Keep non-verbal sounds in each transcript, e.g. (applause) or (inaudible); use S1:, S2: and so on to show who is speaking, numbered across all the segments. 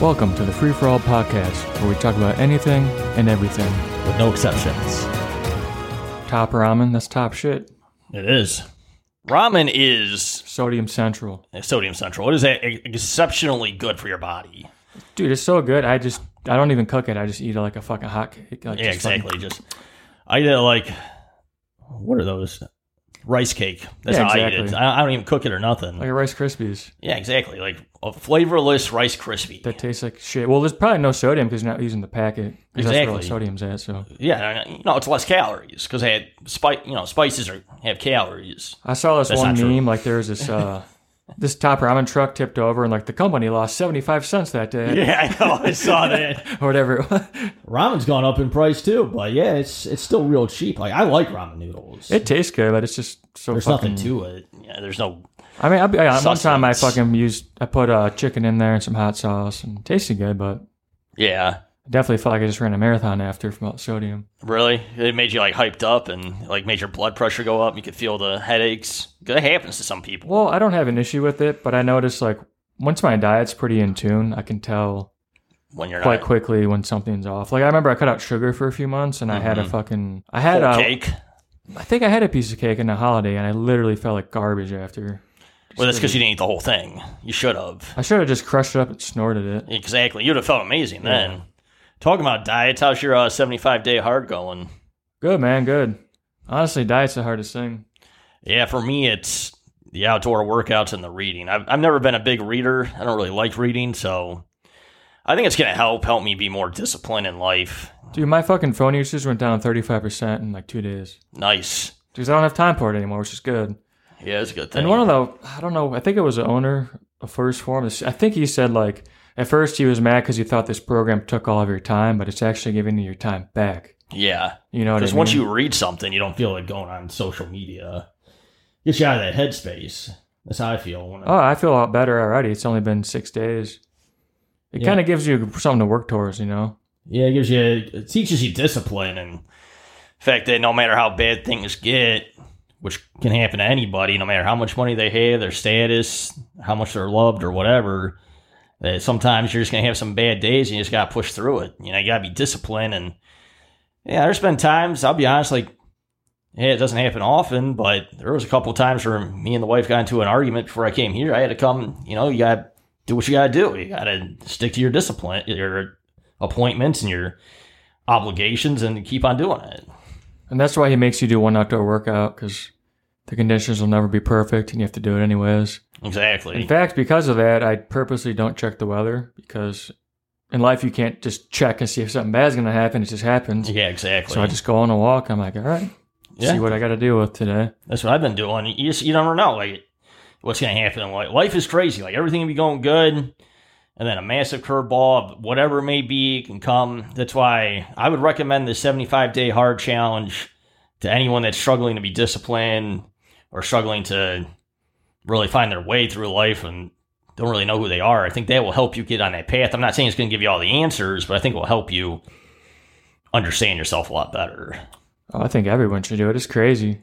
S1: Welcome to the Free For All podcast, where we talk about anything and everything.
S2: with no exceptions.
S1: Top ramen, that's top shit.
S2: It is. Ramen is
S1: Sodium Central.
S2: sodium central. It is a- exceptionally good for your body.
S1: Dude, it's so good. I just, I don't even cook it. I just eat it like a fucking hot cake. Like
S2: Yeah,
S1: just fucking-
S2: exactly. Just I eat it like what are those? Rice cake. That's
S1: Yeah,
S2: how I eat it.
S1: exactly.
S2: I, I don't even cook it or nothing.
S1: like a Rice Krispies
S2: yeah, exactly. Like a flavorless Rice crispy.
S1: that tastes like shit. Well, there's probably no sodium because you're not using the packet. 'cause That's where all
S2: Exactly.
S1: the sodium's at. So
S2: yeah, you know, it's less calories because had spice. You know, spices are have calories.
S1: I saw this
S2: That's
S1: one
S2: not true.
S1: meme. Like there was this, uh, this top ramen truck tipped over, and like the company lost 75 cents that day
S2: (laughs) Yeah, I know. I saw (laughs) that.
S1: or whatever. (laughs) it was.
S3: Ramen's gone up in price too, but yeah, it's it's still real cheap. Like I like ramen noodles.
S1: it tastes good, but it's just so
S3: There's
S1: fucking.
S3: nothing to
S2: Do it. Yeah, there's no.
S1: I mean, I'll be, I, one time I
S2: Sustenance.
S1: fucking used, I put uh, chicken in there and some hot sauce and it tasted good, but
S2: Yeah,
S1: I definitely felt like I just ran a marathon after from all the sodium.
S2: Really? It made you like hyped up and like made your blood pressure go up. You could feel the headaches. That happens to some people.
S1: Well, I don't have an issue with it, but I noticed like once my diet's pretty in tune, I can tell
S2: when you're
S1: quite
S2: not
S1: quickly when something's off. Like I remember I cut out sugar for a few months and I had a fucking, I had
S2: full
S1: a,
S2: cake.
S1: I think I had a piece of cake in a holiday and I literally felt like garbage after.
S2: Well, that's because you didn't eat the whole thing. You should have.
S1: I should have just crushed it up and snorted it.
S2: Exactly. You'd have felt amazing then. Talking about diets, how's your uh, 75 day hard going?
S1: Good man, good. Honestly, diet's the hardest thing.
S2: Yeah, for me, it's the outdoor workouts and the reading. I've, I've never been a big reader. I don't really like reading, so I think it's going to help help me be more disciplined in life.
S1: Dude, my fucking phone usage went down 35% in like two days.
S2: Nice.
S1: Because I don't have time for it anymore, which is good.
S2: Yeah, it's a good thing.
S1: And one of the, I don't know, I think it was the owner of First Form. I think he said, like, at first he was mad because he thought this program took all of your time, but it's actually giving you your time back.
S2: yeah.
S1: You know what I
S2: Because
S1: mean?
S2: once you read something, you don't
S3: I feel like going on social media gets you out of that headspace. That's how I feel. When I,
S1: oh, I feel a lot better already. It's only been six days. It
S3: Yeah.
S1: kind of gives you something to work towards, you know?
S3: yeah, it gives you it teaches you discipline.
S2: discipline and the fact that no matter how bad things get, which can happen to anybody, no matter how much money they have, their status, how much they're loved or whatever, that sometimes you're just gonna have some bad days and you just gotta push through it. You know, you gotta be disciplined and yeah, there's been times, I'll be honest, like yeah, it doesn't happen often, but there was a couple times where me and the wife got into an argument before I came here. I had to come, you know, you gotta do what you gotta do. You gotta stick to your discipline, your appointments and your obligations and keep on doing it.
S1: And that's why he makes you do one outdoor workout because the conditions will never be perfect and you have to do it anyways. In
S2: Exactly.
S1: fact, because of that, I purposely don't check the weather because in life you can't just check and see if something bad's going to happen. It just happens.
S2: Yeah, exactly.
S1: So I just go on a walk. I'm like, all right,
S2: yeah,
S1: see what I got to deal with today.
S2: that's what I've been doing. You just you never know like what's gonna happen. in life. life is crazy. Like everything will be going good, and then a massive curveball, of whatever it may be, can come. That's why I would recommend the seventy-five day hard challenge to anyone that's struggling to be disciplined or struggling to really find their way through life and don't really know who they are. I think that will help you get on that path. I'm not saying it's going to give you all the answers, but I think it will help you understand yourself a lot better.
S1: Oh, I think everyone should do it. It's crazy.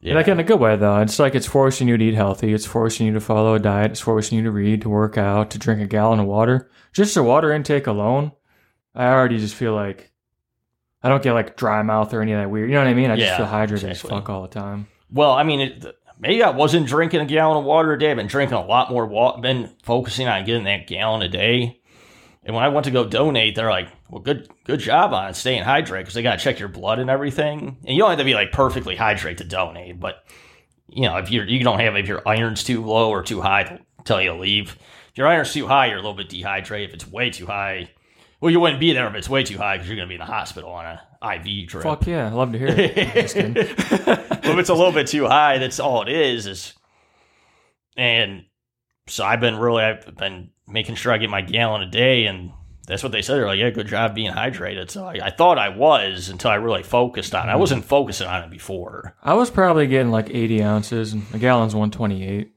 S2: Yeah.
S1: Like in a good way, though. It's like it's forcing you to eat healthy. It's forcing you to follow a diet. It's forcing you to read, to work out, to drink a gallon of water. Just the water intake alone, I already just feel like I don't get like dry mouth or any of that weird. You know what I mean? I just
S2: Yeah,
S1: feel hydrated as
S2: exactly.
S1: fuck all the time.
S2: Well, I mean, it, maybe I wasn't drinking a gallon of water a day. I've been drinking a lot more water, been focusing on getting that gallon a day. And when I went to go donate, they're like, well, good good job on staying hydrated because they got to check your blood and everything. And you don't have to be like perfectly hydrated to donate, but you know, if you're, you don't have, if your iron's too low or too high, they'll tell you to leave. If your iron's too high, you're a little bit dehydrated. If it's way too high, well, you wouldn't be there if it's way too high because you're going to be in the hospital on a IV drip.
S1: Fuck yeah, I love to hear
S2: (laughs)
S1: it. I'm just kidding.
S2: Well, if it's a little bit too high, that's all it is. Is and so I've been really, I've been making sure I get my gallon a day, and that's what they said. They're like, "Yeah, good job being hydrated." So I, I thought I was until I really focused on. it. I
S1: Mm-hmm.
S2: wasn't focusing on it before.
S1: I was probably getting like 80 ounces, and a gallon's 128.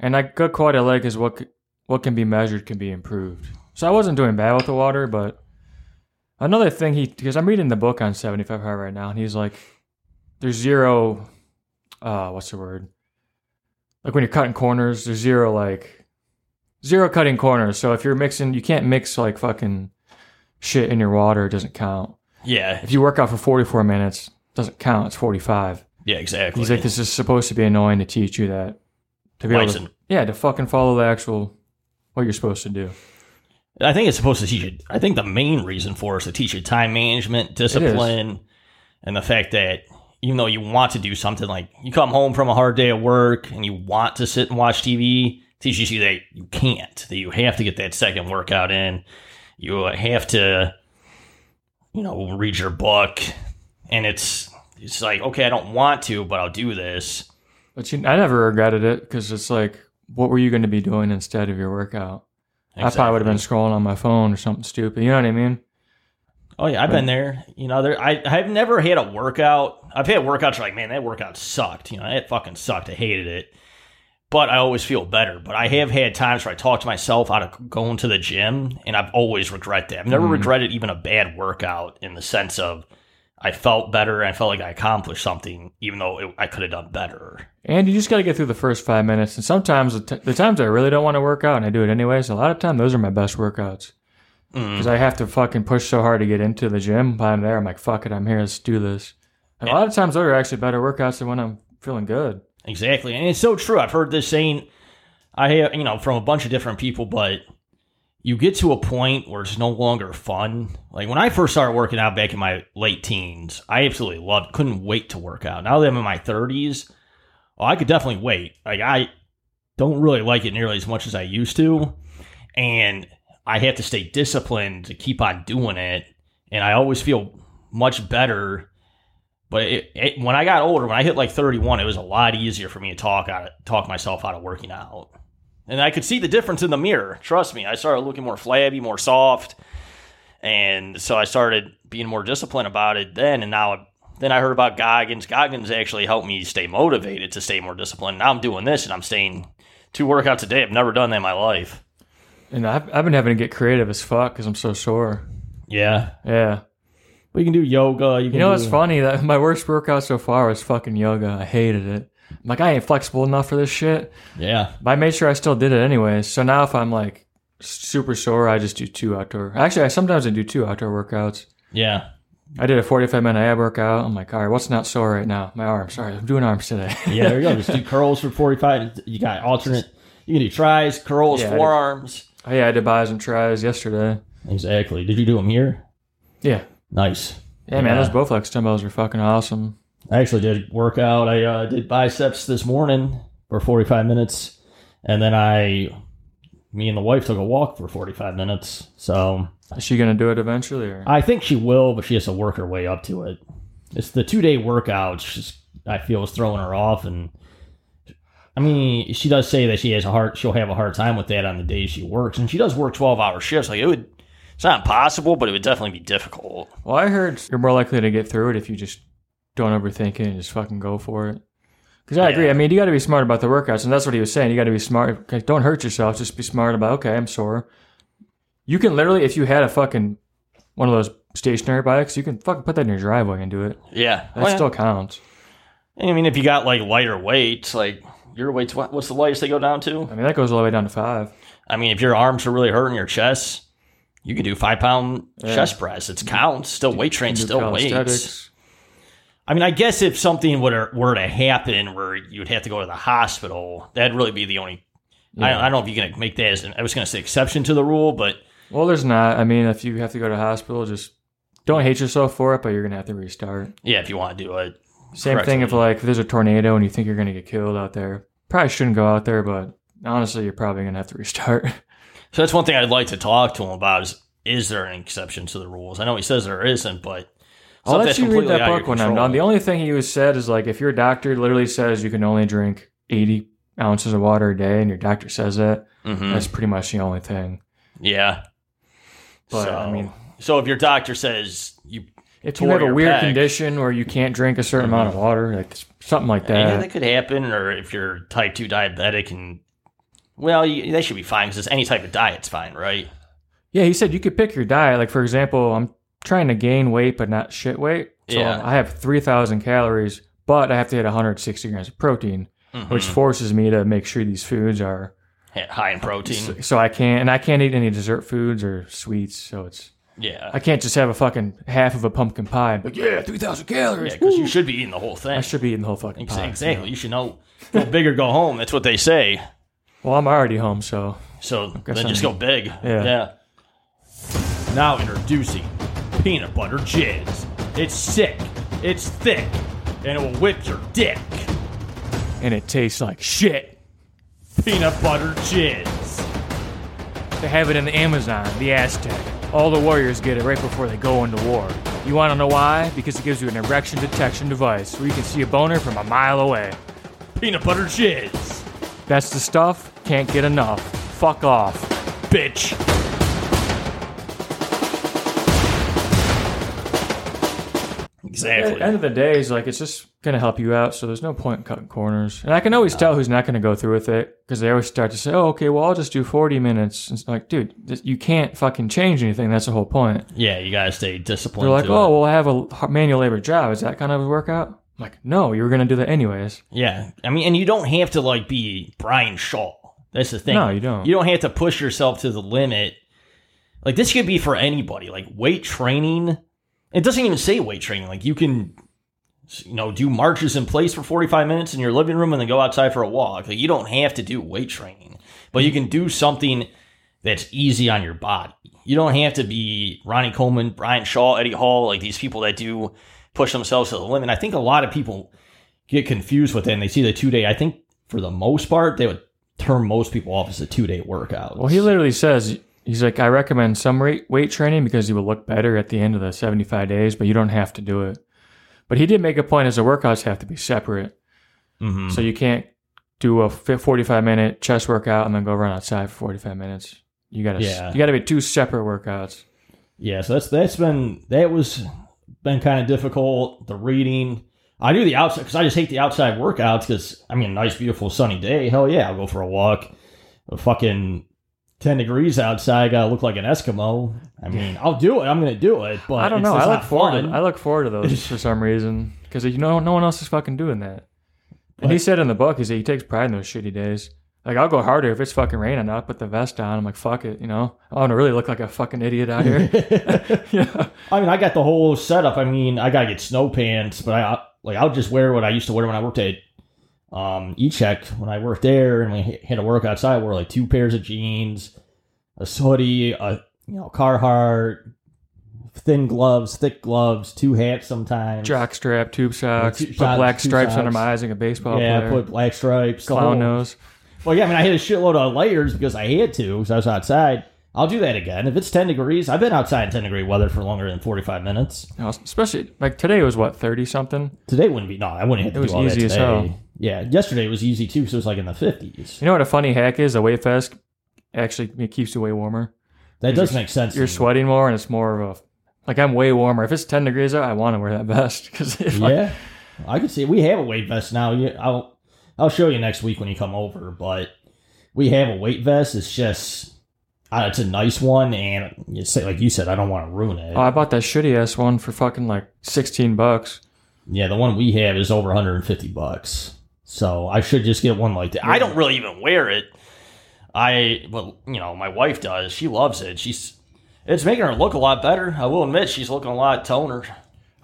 S1: And I got quite a leg because what, c- what can be measured can be improved. So I wasn't doing bad with the water, but another thing he, because I'm reading the book on 75 Hard right now, and he's like, there's zero, uh, what's the word? Like when you're cutting corners, there's zero like zero cutting corners. So if you're mixing, you can't mix like fucking shit in your water. It doesn't count.
S2: Yeah,
S1: If you work out for 44 minutes, it doesn't count. It's 45.
S2: yeah, exactly.
S1: He's like, this is supposed to be annoying to teach you that. To be able to,
S2: License.
S1: yeah, to fucking follow the actual what you're supposed to do.
S2: I think it's supposed to teach you. I think the main reason for it is to teach you time management, discipline, and the fact that even though you want to do something, like you come home from a hard day of work and you want to sit and watch TV, it teaches you that you can't, that you have to get that second workout in. You uh, have to, you know, read your book. And it's, it's like, okay, I don't want to, but I'll do this.
S1: But you, I never regretted it because it's like, what were you going to be doing instead of your workout? I probably would have been scrolling on my phone or something stupid. You know what I mean?
S2: Oh yeah, I've been there. You know, there I I've never had a workout. I've had workouts like, man, that workout sucked. You know, that fucking sucked. I hated it. But I always feel better. But I have had times where I talked to myself out of going to the gym, and I've always regretted that. I've never
S1: Mm.
S2: regretted even a bad workout in the sense of I felt better and I felt like I accomplished something, even though it, I could have done better.
S1: And you just got to get through the first five minutes. And sometimes the, t- the times I really don't want to work out and I do it anyways, a lot of time those are my best workouts
S2: Mm.
S1: because I have to fucking push so hard to get into the gym. But I'm there, I'm like, fuck it, I'm here, let's do this. And a lot of times those are actually better workouts than when I'm feeling good.
S2: Exactly. And it's so true. I've heard this saying I have you know, from a bunch of different people, but you get to a point where it's no longer fun. Like when I first started working out back in my late teens, I absolutely loved couldn't wait to work out. Now that I'm in my thirties, well, I could definitely wait. Like I don't really like it nearly as much as I used to. And I have to stay disciplined to keep on doing it. And I always feel much better but it, it, when I got older, when I hit like 31, it was a lot easier for me to talk out, talk myself out of working out. And I could see the difference in the mirror. Trust me, I started looking more flabby, more soft, and so I started being more disciplined about it then. And now, then I heard about Goggins. Goggins actually helped me stay motivated to stay more disciplined. Now I'm doing this, and I'm staying two workouts a day. I've never done that in my life.
S1: And I've, I've been having to get creative as fuck because I'm so sore.
S2: Yeah,
S1: Yeah.
S2: we can do yoga.
S1: You know, it's funny that my worst workout so far was fucking yoga. I hated it. I'm like, I ain't flexible enough for this shit.
S2: yeah.
S1: But I made sure I still did it anyways. So now if I'm like super sore, I just do two outdoor. Actually, I sometimes I do two outdoor workouts.
S2: Yeah,
S1: I did a 45 minute ab workout. I'm like, all right, what's not sore right now? My arm. Sorry, I'm doing arms today. (laughs)
S3: Yeah, there you go. Just do curls for 45. You got alternate. You can do tries, curls,
S1: Yeah, I did.
S2: forearms.
S1: oh, yeah, I did buys and tries yesterday.
S3: Exactly. Did you do them here?
S1: Yeah.
S3: Nice.
S1: Yeah, man,
S3: Yeah.
S1: those Bowflex dumbbells are fucking awesome.
S3: I actually did work out. I uh, did biceps this morning for 45 minutes. And then I, me and the wife took a walk for 45 minutes. So
S1: Is she going to do it eventually? Or?
S3: I think she will, but she has to work her way up to it. It's the two day workout. Just, I feel is throwing her off. And I mean, she does say that she has a hard, she'll have a hard time with that on the days she works. And
S2: She does work 12 hour shifts. Like, it would, it's not impossible, but it would definitely be difficult.
S1: Well, I heard you're more likely to get through it if you just don't overthink it and just fucking go for it. Because I agree.
S2: Yeah.
S1: I mean, you got to be smart about the workouts, and that's what he was saying. You got to be smart. 'Cause Don't hurt yourself. Just be smart about. Okay, I'm sore. You can literally, if you had a fucking one of those stationary bikes, you can fucking put that in your driveway and do it.
S2: Oh, Yeah.
S1: That still counts.
S2: I mean, if you got like lighter weights, like your weights, what- what's the lightest they go down to?
S1: I mean, that goes all the way down to five.
S2: I mean, if your arms are really hurting your chest, you could do five pound
S1: Yeah.
S2: chest press. It's counts. Still weight train,
S1: You can do
S2: still weights.
S1: calisthenics.
S2: I mean, I guess if something were, were to happen where you'd have to go to the hospital, that'd really be the only.
S1: Yeah.
S2: I, I don't know if you're going to make that as an, I was going to say exception to the rule, but
S1: Well, there's not. I mean, if you have to go to hospital, just don't hate yourself for it, but you're gonna have to restart.
S2: yeah, if you want to do it.
S1: Same thing if like if there's a tornado and you think you're gonna get killed out there. Probably shouldn't go out there, but honestly, you're probably gonna have to restart. (laughs)
S2: So that's one thing I'd like to talk to him about is is there an exception to the rules? I know he says there isn't, but
S1: I'll
S2: something
S1: let
S2: that's
S1: you read
S2: completely
S1: that
S2: out of
S1: book
S2: your
S1: when I'm
S2: control.
S1: done. The only thing he was said is like if your doctor literally says you can only drink 80 ounces of water a day, and your doctor says that,
S2: Mhm.
S1: that's pretty much the only thing.
S2: Yeah.
S1: But
S2: so,
S1: I mean,
S2: so if your doctor says you,
S1: if you
S2: tore
S1: have a
S2: your Mm-hmm.
S1: weird
S2: pec.
S1: condition where you can't drink a certain amount of water, like s- something like that.
S2: yeah, that could happen, or if you're type two diabetic and well, you, that should be fine because any type of diet's fine, right?
S1: Yeah, he said you could pick your diet. Like for example, I'm trying to gain weight but not shit weight. So
S2: Yeah.
S1: I have 3,000 calories, but I have to hit 160 grams of protein,
S2: Mhm.
S1: which forces me to make sure these foods are
S2: ha- high in protein.
S1: So, so I can't, and I can't eat any dessert foods or sweets. So it's,
S2: Yeah,
S1: I can't just have a fucking half of a pumpkin pie. And, be like, yeah, three thousand calories.
S2: yeah, because you should be eating the whole thing.
S1: I should be eating the whole fucking
S2: Ex-
S1: pie.
S2: Exactly. You should know go big or go home. That's what they say.
S1: Well, I'm already home, so
S2: So then
S1: I'm-
S2: just go big.
S1: Yeah.
S2: Yeah. Now introducing peanut butter jizz. It's sick. It's thick, and it will whip your dick.
S1: and it tastes like shit.
S2: Peanut butter jizz.
S1: They have it in the Amazon, the Aztec. All the warriors get it right before they go into war. You want to know why? Because it gives you an erection detection device where you can see a boner from a mile away.
S2: Peanut butter jizz.
S1: That's the stuff. Can't get enough. Fuck off.
S2: Bitch.
S1: At
S2: Exactly.
S1: the end of the day, it's like it's just gonna help you out. So there's no point in cutting corners. And I can always tell who's not gonna go through with it because they always start to say, "Oh, okay, well I'll just do 40 minutes." And It's like, dude, this, you can't fucking change anything. That's the whole point.
S2: yeah, you gotta stay
S1: They're
S2: disciplined.
S1: like,
S2: to
S1: "Oh,
S2: it.
S1: well I have a h- manual labor job. Is that kind of a workout?" I'm like, no, you were gonna do that anyways.
S2: Yeah, I mean, and you don't have to like be Brian Shaw. That's the thing.
S1: No, you don't.
S2: You don't have to push yourself to the limit. Like this could be for anybody. Like weight training. It doesn't even say weight training. Like you can, you know, do marches in place for forty-five minutes in your living room and then go outside for a walk. Like you don't have to do weight training, but you can do something that's easy on your body. You don't have to be Ronnie Coleman, Brian Shaw, Eddie Hall, like these people that do push themselves to the limit. I think a lot of people get confused with it and they see the two day. I think for the most part, they would turn most people off as a two day workout.
S1: Well, he literally says he's like, "I recommend some rate, weight training because you will look better at the end of the 75 days, but you don't have to do it." But he did make a point as the workouts have to be separate.
S2: hmm
S1: So you can't do a fi- 45 minute chest workout and then go run outside for 45 minutes. You gotta,
S2: Yeah.
S1: you gotta be two separate workouts.
S3: Yeah, so that's that's been that was been kind of difficult. The reading, I do the outside because I just hate the outside workouts. Because I mean, nice, beautiful sunny day. Hell yeah, I'll go for a walk. A fucking ten degrees outside. Gotta look like an Eskimo. I mean, I'll do it. I'm gonna do it. But
S1: I don't
S3: it's-
S1: know.
S3: it's
S1: I
S3: not
S1: look forward. To,
S3: fun.
S1: I look forward
S3: (laughs)
S1: to those for some reason because you know no one else is fucking doing that. And he said in the book, he said he takes pride in those shitty days. Like I'll go harder if it's fucking raining. I'll put the vest on. I'm like fuck it, you know. I want to really look like a fucking idiot out
S3: (laughs)
S1: here. yeah.
S3: I mean, I got the whole setup. I mean, I gotta get snow pants, but I like I'll just wear what I used to wear when I worked at um E-Check when I worked there, and we h- had to work outside. I wore like two pairs of jeans, a hoodie, a you know Carhartt, thin gloves, thick gloves, two hats sometimes.
S1: Jock strap, tube socks,
S3: two
S1: put
S3: socks,
S1: black
S3: two
S1: stripes under
S3: socks.
S1: my eyes like a baseball
S3: yeah,
S1: player.
S3: put black stripes. the
S1: clown
S3: whole-
S1: nose.
S3: Well, yeah, I mean, I had a shitload of layers because I had to because I was outside. I'll do that again. If it's 10 degrees, I've been outside in 10 degree weather for longer than 45 minutes.
S1: You know, especially like today was what thirty something.
S3: Today wouldn't be. No, I wouldn't have to
S1: It was
S3: do all
S1: easy
S3: that
S1: as
S3: today.
S1: hell.
S3: Yeah, yesterday was easy too. So it was like in the fifties.
S1: You know what a funny hack is? A weight vest actually it keeps you way warmer.
S3: That does make sense. to
S1: You're
S3: me.
S1: sweating more, and it's more of a like I'm way warmer. If it's 10 degrees out, I want to wear that vest (laughs) because like,
S3: yeah, I can see. it. We have a weight vest now. You- I'll I'll show you next week when you come over. But we have a weight vest. It's just uh, it's a nice one, and you say like you said, I don't want to ruin it.
S1: oh, I bought that shitty ass one for fucking like 16 bucks.
S3: yeah, the one we have is over 150 bucks. So I should just get one like that.
S2: I don't really even wear it. I, well, you know, my wife does. She loves it. She's, it's making her look a lot better. I will admit, she's looking a lot toner.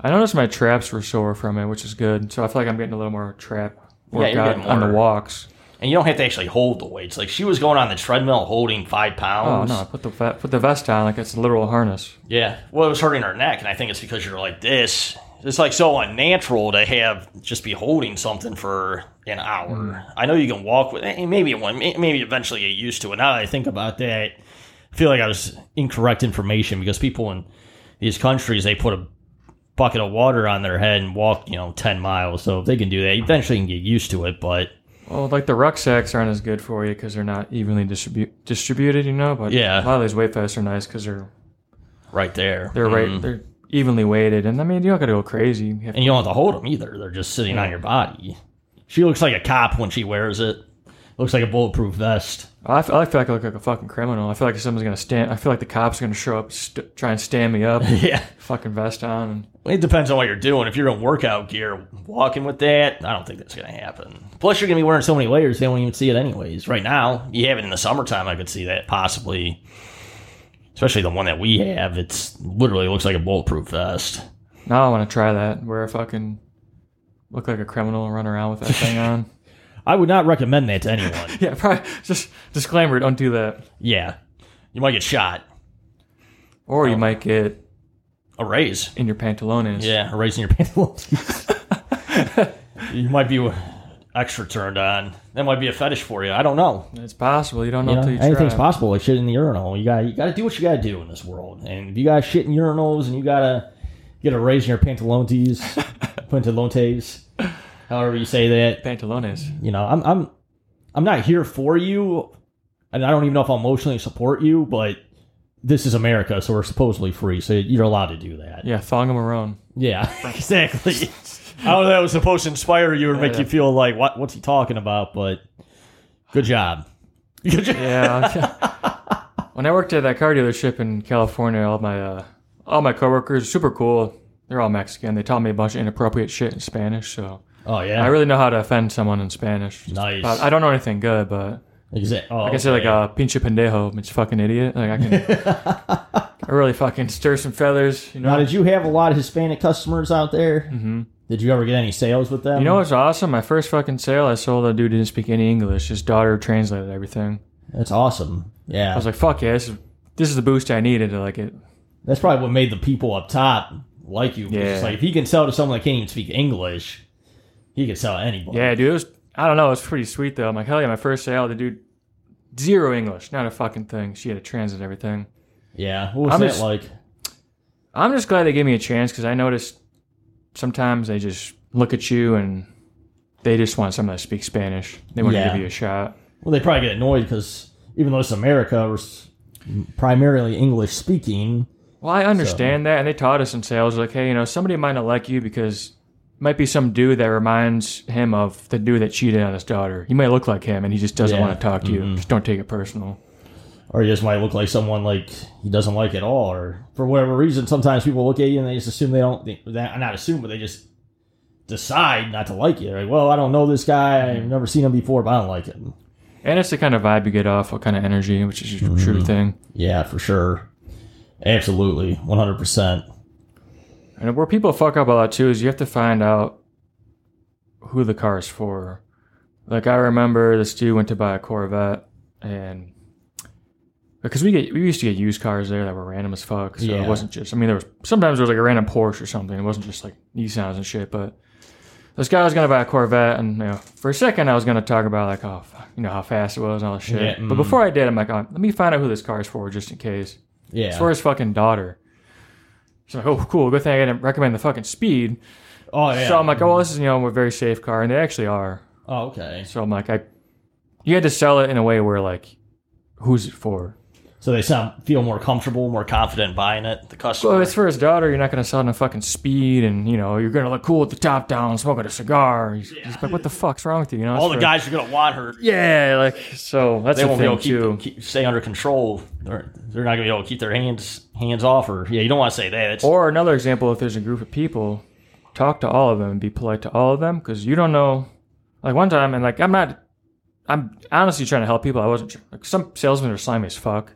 S1: I noticed my traps were sore from it, which is good. So I feel like I'm getting a little more trap
S2: Yeah, you're
S1: workout
S2: getting
S1: on the
S2: more-
S1: walks.
S2: And you don't have to actually hold the weights. Like she was going on the treadmill holding five
S1: Oh
S2: pounds.
S1: no, I put the ve- put the vest on like it's a literal harness.
S2: Yeah. Well, it was hurting her neck, and I think it's because you're like this. It's like so unnatural to have just be holding something for an hour. I know you can walk with eh, maybe one, may- maybe eventually get used to it. Now that I think about that, I feel like I was incorrect information because people in these countries they put a bucket of water on their head and walk, you know, ten miles. So if they can do that, eventually you can get used to it. But
S1: Well, like the rucksacks aren't as good for you because they're not evenly distribu- distributed, you know. But
S2: Yeah.
S1: a lot of these weight vests are nice because they're
S2: right there,
S1: They're right. They're evenly weighted, and I mean, you don't got to go crazy. You have-
S2: and you don't have to hold them either. They're just sitting on your body. She looks like a cop when she wears it. Looks like a bulletproof vest.
S1: I, feel, I feel like I look like a fucking criminal. I feel (laughs) like someone's gonna stand. I feel like the cops are gonna show up, st- try and stand me up,
S2: Yeah,
S1: fucking vest on.
S2: It depends on what you're doing. If you're in workout gear, walking with that, I don't think that's going to happen. Plus, you're going to be wearing so many layers, they won't even see it anyways. Right now, you have it in the summertime, I could see that possibly. Especially the one that we have, it's literally looks like a bulletproof vest.
S1: Now I want to try that. Where I fucking look like a criminal and run around with that thing on.
S3: I would not recommend that to anyone.
S1: (laughs) Yeah, probably just disclaimer: don't do that,
S2: Yeah, you might get shot.
S1: or you might get
S2: A raise.
S1: in your pantalones.
S2: Yeah, a raise in your (laughs) pantaloons. you might be extra turned on. That might be a fetish for you. I don't know.
S1: it's possible. You don't know
S3: You know,
S1: until you try.
S3: anything's possible. Like shit in the urinal. You got you got to do what you got to do in this world. And if you got shit in urinals and you gotta get a raise in your pantalones, (laughs) pantalones, however you say that.
S1: Pantalones.
S3: You know, I'm I'm I'm not here for you, and I don't even know if I'll emotionally support you. But this is America, so we're supposedly free, so you're allowed to do that.
S1: Yeah, thong them around. (laughs)
S3: Yeah,
S2: Exactly. I don't know if that was supposed to inspire you or make you feel like what what's he talking about, but
S3: good job.
S2: (laughs) good job.
S1: Yeah. (laughs) okay. when I worked at that car dealership in California, all my uh, all my coworkers super cool. They're all Mexican. They taught me a bunch of inappropriate shit in Spanish, so
S3: Oh
S1: I
S3: yeah,
S1: really know how to offend someone in Spanish. It's
S3: Nice.
S1: about- I don't know anything good, but
S3: exactly.
S2: oh,
S1: I can say like uh, a pinche pendejo, it's fucking idiot. Like I can,
S3: (laughs)
S1: I really fucking stir some feathers. You know,
S3: Now, did you have a lot of Hispanic customers out there? Mm-hmm. Did you ever get any sales with them?
S1: You know what's awesome? My first fucking sale, I sold a dude who didn't speak any English. His daughter translated everything.
S3: that's awesome.
S1: I
S3: Yeah,
S1: was like, fuck yeah, this is, this is the boost I needed to like it.
S3: that's probably what made the people up top like you. because It's
S1: Yeah.
S3: like if he can sell to someone that can't even speak English, he can sell to anybody.
S1: Yeah, dude, it was, I don't know, it was pretty sweet though. I'm like, hell yeah, my first sale, the dude, zero English, not a fucking thing. She had to translate everything.
S3: yeah. What was
S1: I'm
S3: that
S1: just-
S3: like?
S1: I'm just glad they gave me a chance because I noticed sometimes they just look at you and they just want someone that speaks Spanish. They want to
S3: Yeah.
S1: give you a shot.
S3: Well, they probably get annoyed because even though it's America, we're s- primarily English speaking.
S1: Well, I understand that, and they taught us in sales, like, hey, you know, somebody might not like you because it might be some dude that reminds him of the dude that cheated on his daughter. You might look like him, and he just doesn't
S3: Yeah. Mm-hmm.
S1: want to talk to you. Just don't take it personal.
S3: Or he just might look like someone like he doesn't like at all, or for whatever reason. Sometimes people look at you and they just assume they don't. They, they- not assume, but they just decide not to like you. Like, well, I don't know this guy. I've never seen him before, but I don't like him.
S1: And it's the kind of vibe you get off, what kind of energy, which is a
S3: Mm-hmm.
S1: true thing.
S3: Yeah, for sure. Absolutely, one hundred percent.
S1: And where people fuck up a lot too is you have to find out who the car is for. Like I remember this dude went to buy a Corvette, and because we get we used to get used cars there that were random as fuck, so
S3: Yeah.
S1: it wasn't just. I mean, there was sometimes there was like a random Porsche or something. It wasn't just like Nissans and shit. But this guy was gonna buy a Corvette, and you know, for a second I was gonna talk about like oh fuck, you know how fast it was and all this shit.
S3: Yeah,
S1: But
S3: mm.
S1: before I did, I'm like, oh, let me find out who this car is for just in case.
S3: Yeah.
S1: It's for his fucking daughter. She's like, oh, cool. Good thing I didn't recommend the fucking speed.
S3: oh yeah.
S1: So I'm like, oh, well, this is, you know, a very safe car. And they actually are.
S3: oh okay.
S1: So I'm like, I, you had to sell it in a way where, like, who's it for?
S3: So they sound feel more comfortable, more
S2: More confident in buying it, the
S1: Well,
S2: customer.
S1: if it's for his daughter. You're not going to sell it in a fucking speed. And, you know, you're going to look cool with the top down, smoking a cigar. He's, he's like, what the fuck's wrong with you? You know,
S2: All
S1: it's
S2: the
S1: for-
S2: guys are gonna want her.
S1: Yeah, like, so that's
S2: They
S1: the
S2: won't be able
S1: thing,
S2: to
S1: too.
S2: keep, keep- stay under control. They're, they're not gonna be able to keep their hands hands off her. Yeah, you don't want to say that. It's,
S1: Or another example, if there's a group of people, talk to all of them and be polite to all of them because you don't know. Like one time, and like I'm not, I'm honestly trying to help people. I wasn't. tr- Like some salesmen are slimy as fuck.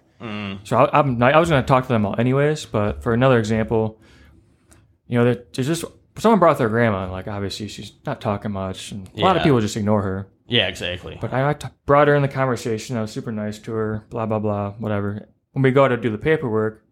S1: So I, I'm, not- I was going to talk to them all anyways. But for another example, you know, there- there's just someone brought their grandma, and like obviously she's not talking much, and a lot of
S2: Yeah.
S1: people just ignore her.
S2: yeah, exactly.
S1: But I I t- brought her in the conversation. I was super nice to her. Blah blah blah. Whatever. When we go to do the paperwork,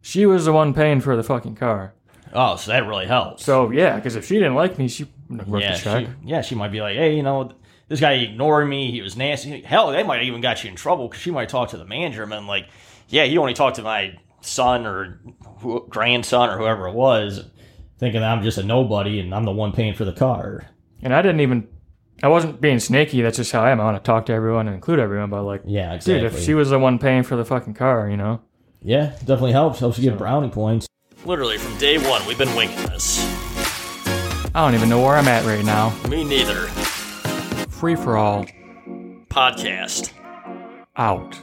S1: she was the one paying for the fucking car.
S2: Oh, so that really helps.
S1: So yeah, because if she didn't like me, she wouldn't have wrote
S2: yeah,
S1: the check.
S2: she, yeah, she might be like, hey, you know, this guy ignored me. He was nasty. Hell, they might have even got you in trouble because she might talk to the manager and been like, yeah, he only talked to my son or who, grandson or whoever it was.
S3: thinking that I'm just a nobody and I'm the one paying for the car.
S1: And I didn't even, I wasn't being snaky. That's just how I am. I want to talk to everyone and include everyone. But like,
S3: Yeah, exactly.
S1: dude, if she was the one paying for the fucking car, you know,
S3: yeah, definitely helps. Helps you get brownie points.
S2: Literally from day one, we've been winking this.
S1: I don't even know where I'm at right now.
S2: Me neither.
S1: Free for all,
S2: Podcast.
S1: out.